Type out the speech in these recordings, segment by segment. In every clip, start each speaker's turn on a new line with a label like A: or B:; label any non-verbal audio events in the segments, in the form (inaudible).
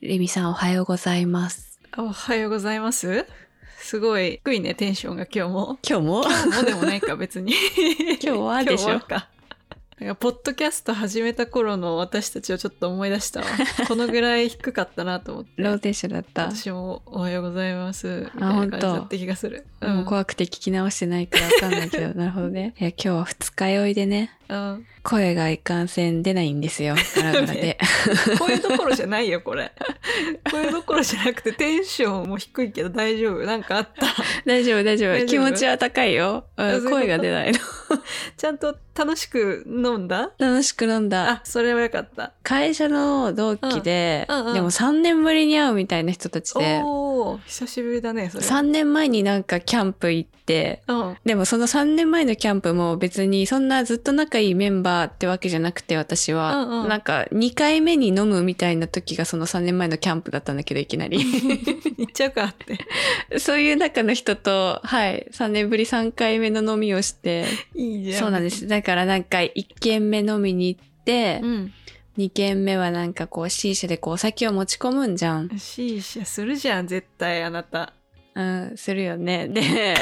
A: レミさんおはようございます。
B: おはようございます。すごい低いね、テンションが今日も。
A: 今日も
B: 今日もでもないか、別に。
A: (laughs) 今日はでしょ
B: 今日はか。なんかポッドキャスト始めた頃の私たちをちょっと思い出したわ。このぐらい低かったなと
A: (laughs)
B: 思って。
A: ローテーションだった。
B: 私もおはようございます。みたいな
A: ほん
B: 感
A: と
B: じだった気がする。う。
A: もうん怖くて聞き直してないからわかんないけど、なるほどね。いや、今日は二日酔いでね、
B: うん
A: 声がいかんせん出ないんですよ。ガ
B: (laughs)
A: ラガラで。
B: こういうところじゃないよ、これ。こういうところじゃなくて、テンションも低いけど大丈夫。なんかあった。
A: (laughs) 大丈夫、大丈
B: 大
A: 夫。
B: 丈夫
A: 気持ちは高いよ。
B: あそう
A: う
B: いうんこと
A: 声が出ないの。
B: ちゃんと楽しく飲んだ
A: 楽しく飲んだ。
B: あ、それはよかった。
A: 会社の同期で、
B: うんうんうん
A: でも3年ぶりに会うみたいな人たちで、
B: おお久しぶりだねそれ
A: 3年前になんかキャンプ行って、
B: うん
A: でもその3年前のキャンプも別にそんなずっと仲いいメンバーってわけじゃなくて私は、
B: うんうん
A: なんか2回目に飲むみたいな時がその3年前のキャンプだったんだけどいきなり
B: (laughs) 行っちゃうかって
A: (laughs) そういう中の人とはい3年ぶり3回目の飲みをして
B: いいじゃん
A: そうなんですだからなんか1軒目飲みに行って、
B: うん
A: 2軒目はなんかこう C 社でこうお酒を持ち込むんじゃん、
B: シーシャするじゃん絶対あなた
A: うん、するよねで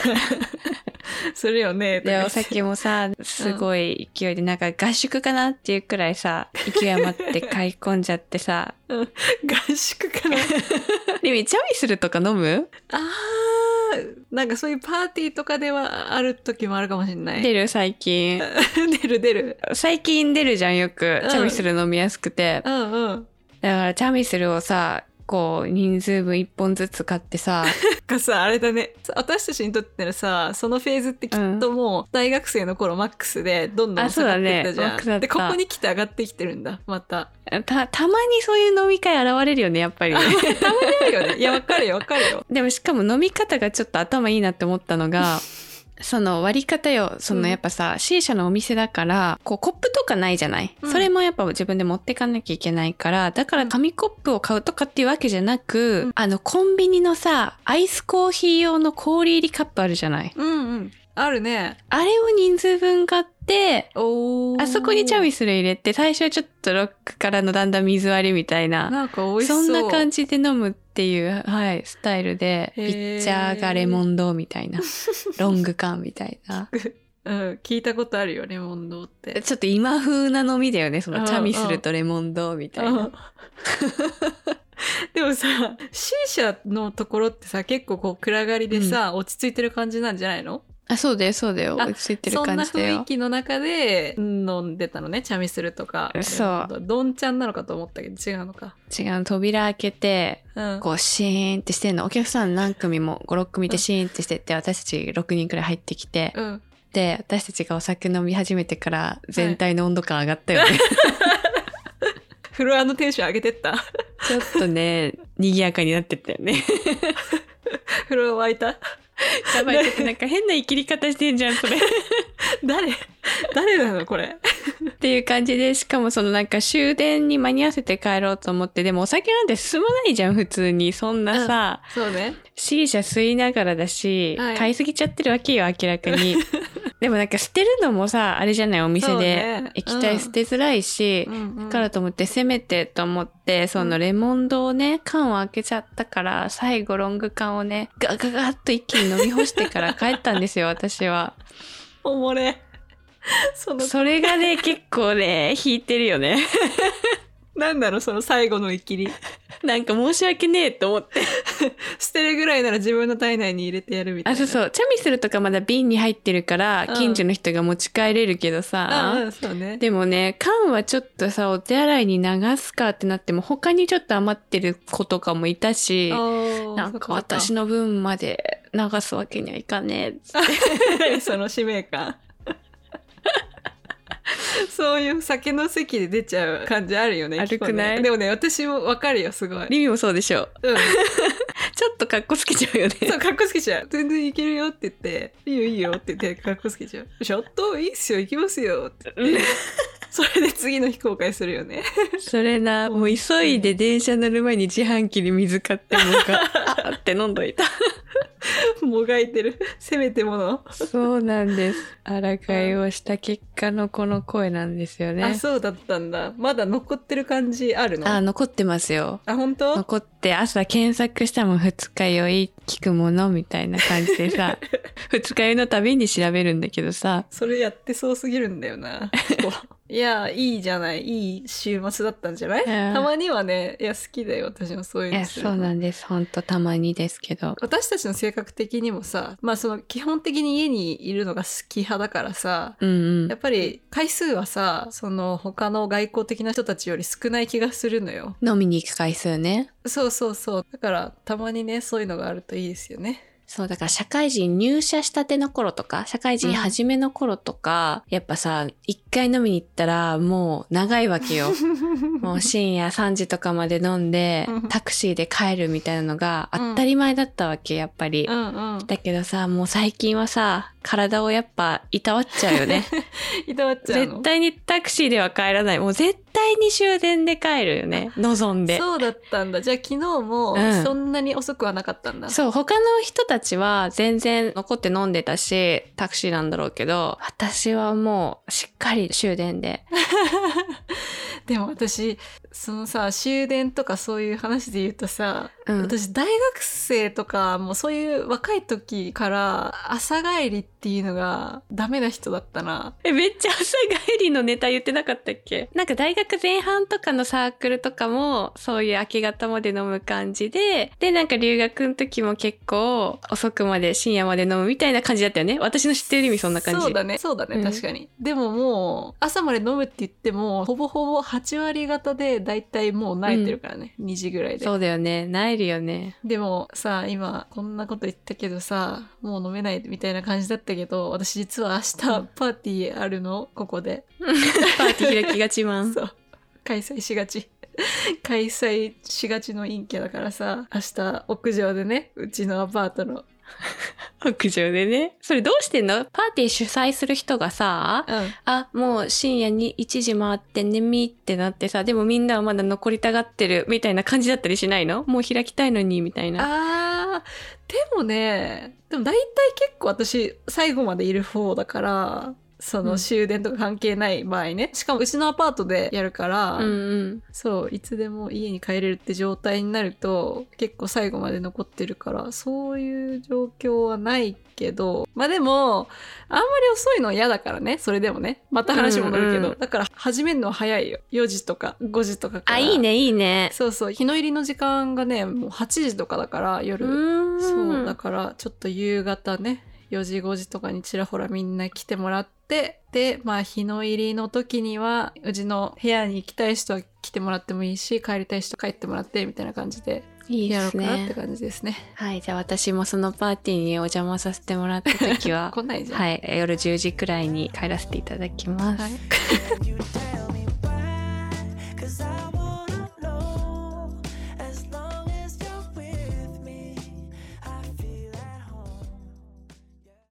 B: するよねと
A: (laughs)
B: か
A: で
B: 言って
A: お酒もさすごい勢いでなんか合宿かなっていうくらいさ勢い余って買い込んじゃって
B: (laughs)
A: さ
B: (laughs) 合宿か
A: (laughs)
B: な
A: リミチャミスルとか飲む
B: あーなんかそういうパーティーとかではある時もあるかもしれない
A: 出る最近
B: (laughs) 出る出る
A: 最近出るじゃんよく
B: うん
A: チャミスル飲みやすくて、
B: うんうん
A: だからチャミスルをさこう人数分1本ずつ買ってさ (laughs)
B: かさあれだね私たちにとってのさそのフェーズってきっともう大学生の頃マックスでどんどん
A: あそうだ
B: 下がってい
A: ね
B: ったじゃん、
A: マックスだった
B: でここに来て上がってきてるんだまた
A: たたまにそういう飲み会現れるよねやっ
B: (laughs)
A: ぱり
B: あたまにあるよね。いや、わかるよ、わか
A: (laughs)
B: るよ。
A: でもしかも飲み方がちょっと頭いいなって思ったの
B: (laughs)
A: がその割り方よそ
B: うん
A: のやっぱさ、C 社のお店だからこうコップとかないじゃない、
B: うん
A: それもやっぱ自分で持ってかなきゃいけないからだから紙コップを買うとかっていうわけじゃなく、
B: うん
A: あのコンビニのさアイスコーヒー用の氷入りカップあるじゃない
B: うんうん。あるね。
A: あれを人数分買って
B: おー
A: あそこにチャミスル入れて最初はちょっとロックからのだんだん水割りみたいな
B: (laughs) なんか美味しそ
A: そ。
B: うん
A: な感
B: じ。
A: じで飲むっていう、はい、スタイルで、ピ
B: へー
A: ッチャーがレモンドみた
B: (laughs)
A: いな、ロング缶みたいな。
B: うん、聞いたことあるよ、レモンドって。
A: ちょっと今風な飲みだよね、そ
B: うんう
A: の
B: ん
A: チャミスルとレモンドみたい
B: うん
A: な。
B: (laughs) でもさ、C 社のところってさ、結構こう暗がりでさ、落ち着いてる感じなんじゃないの
A: あ、そうだよ、そうだよ。
B: あ
A: 落ち着いてる感じ
B: そん
A: だ
B: な雰囲
A: よ。
B: 気の中で飲んでたのね、チャミスルとか。。
A: そう
B: どんちゃんなのかと思ったけど、違うのか。
A: 違う、扉開けて、
B: うん。
A: こうシーンってしてんの。お客さん何組も5、6組いてシーンってしてて、私たち6人くらい入ってきて、
B: うん。
A: で、私たちがお酒飲み始めてから全体の温度感上がった
B: (laughs)
A: よね。
B: フロアのテンション上げてった。 (laughs)
A: ちょっとね、賑やかになってったよね。
B: フロア沸いた。
A: やばい、ちょっとなんか変な生きり方してんじゃん、 (laughs) それ。
B: 誰誰なのこれ。
A: っていう感じで、しかもそのなんか終電に間に合わせて帰ろうと思って、でもお酒なんて進まないじゃん、普通に。そんなさ、
B: そうね。
A: C 社吸いながらだし、
B: はい
A: 買いすぎちゃってるわけよ、明らか (laughs) に。でもなんか捨てるのもさ、あれじゃない、お店
B: そう
A: で。
B: ね
A: 液体捨、てづらいし
B: う、んうんうん
A: だからと思って、せめてと思って、そうのレモンドをね、缶を開けちゃったから、最後ロング缶をね、ガガガッと一気に飲み干してから帰ったんですよ、私は。
B: おもれ。その、
A: (laughs) それがね、結構ね、引いてるよね。 (laughs)
B: なんだろう、その最後のイキリ。
A: なんか申し訳ねえと思って。
B: 捨てるぐらいなら自分の体内に入れてやるみたい
A: あ、
B: な。
A: そうそう。チャミスルとかまだ瓶に入ってるから
B: う、ん
A: 近所の人が持ち帰れるけど
B: あ
A: さ。
B: あ、そうね。
A: でもね、缶はちょっとさ、お手洗いに流すかってなっても、他にちょっと余ってる子とかもいたし、
B: な
A: なんか私の分まで流すわけにはいかねえ。
B: (laughs) その使命感。 (laughs) そういう酒の席で出ちゃう感じあるよね。
A: あるくない
B: 結構ねでもね、私もわかるよ、すごい。
A: リミもそうでしょ。
B: うん。
A: ちょっと格好つけちゃうよね。
B: そう、かっこつけちゃう。全然いけるよって言って、いいよいいよって言って、かっこつけちゃう。ちょっといいっすよ、いきますよって言って。それで次の日公開するよね。
A: (laughs)
B: (laughs)
A: それな、もう急いで電車乗る前に自販機で水買ってもうが、あーって飲んどいた。
B: もがいてる。せめてもの。
A: そうなん (laughs) です。抗いをした結果のこの声なんですよね。
B: あ、そうだったんだ。まだ残ってる感じあるの
A: あ、
B: あ、
A: 残ってますよ。
B: 本当
A: 残って朝検索したもん二日酔い聞くものみたいな感じで (laughs) さ、二日酔いのたびに調べるんだけどさ、
B: それやってそうすぎるんだよ
A: (laughs)
B: な。いや、いいじゃない。いい週末だったんじゃな
A: う
B: い、
A: ん
B: たまにはね、いや、好きだよ。私もそういう
A: い
B: の
A: や、
B: するの
A: そうなんです。ほんとたまにですけど。
B: 私たちの性格的にもさ、まあその基本的に家にいるのが好き派だからさ、
A: うんうん
B: やっ。ぱり回数はさ、その他の外交的な人たちより少ない気がするのよ。
A: 飲みに行く回数ね。
B: そうそうそう。だからたまにね、そういうのがあるといいです
A: (laughs)
B: よね。
A: そう、だから社会人入社したての頃とか、社会人初めの頃とか、やっぱさ、一回飲みに行ったらもう長いわけよ。もう深夜3時とかまで飲んで
B: うん、
A: タクシーで帰るみたいなのが
B: うん
A: 当たり前だったわけ、やっぱり。
B: うんうん。
A: だけどさ、もう最近はさ、体をやっぱいたわっちゃうよ
B: (laughs)
A: ね。
B: いたわっちゃうの
A: 絶対にタクシーでは帰らない。もう絶対に終電で帰るよね。望んで。
B: そうだったんだ。じゃあ昨日も
A: うん
B: そんなに遅くはなかったんだ。
A: そう、他の人たちは全然残って飲んでたし、タクシーなんだろうけど、私はもうしっかり終電で。
B: でも私、そのさ、終電とかそういう話で言うとさ、
A: うん。
B: 私大学生とかもうそういう若い時から朝帰りっていうのがダメな人だったな。
A: え、めっちゃ朝帰りのネタ言ってなかったっけなんか大学前半とかのサークルとかも、そういう明け方まで飲む感じで、で、なんか留学の時も結構遅くまで深夜まで飲むみたいな感じだったよね。私の知ってる意味そんな感じ。
B: そうだね。そうだ
A: う
B: ね。
A: ん
B: 確かに。でももう朝まで飲むって言ってもほぼほぼ8割方でだいたいもう慣れてるからね。2時ぐらいで
A: そ。うだよね。なえるよ
B: (laughs)
A: ね。
B: でもさ、今こんなこと言ったけどさ、もう飲めないみたいな感じだったけど、私実は明日パーティーあるの、ここで。
A: パーティー開きがちまん。
B: そう。開催しがち。 (laughs) 開催しがちの陰キャだからさ、明日屋上でね、うちのアパートの。
A: 屋上でね。それどうしてんのパーティー主催する人がさ、
B: うん。
A: あ、もう深夜に1時回って眠いってなってさ、でもみんなはまだ残りたがってるみたいな感じだったりしないのもう開きたいのにみたいな。
B: あー、でもね、でも大体結構私、最後までいる方だから、そうの
A: ん
B: 終電とか関係ない場合ね。しかもうちのアパートでやるから、
A: うんうん。
B: そう、いつでも家に帰れるって状態になると、結構最後まで残ってるから、そういう状況はないけど、まあでも、あんまり遅いの嫌だからね、それでもね。また話戻るけど、
A: うんうん
B: だから始めるのは早いよ。4時とか5時とかから。
A: あ、いい。ね、いいね。
B: そうそう、日の入りの時間がね、もう8時とかだから、夜。
A: ーん
B: そう、だからちょっと夕方ね、4時5時とかにちらほらみんな来てもらって、で、まあ日の入りの時には、うちの部屋に行きたい人は来てもらってもいいし、帰りたい人は帰ってもらって、みたいな感じで、
A: いいで
B: やろう
A: す
B: かなって
A: ね。
B: 感じですね。
A: はい、じゃあ私もそのパーティーにお邪魔させてもらった時は
B: (laughs) 来、ないじゃん。
A: はい、夜10時くらいに帰らせていただきます。
B: はい
C: Can you tell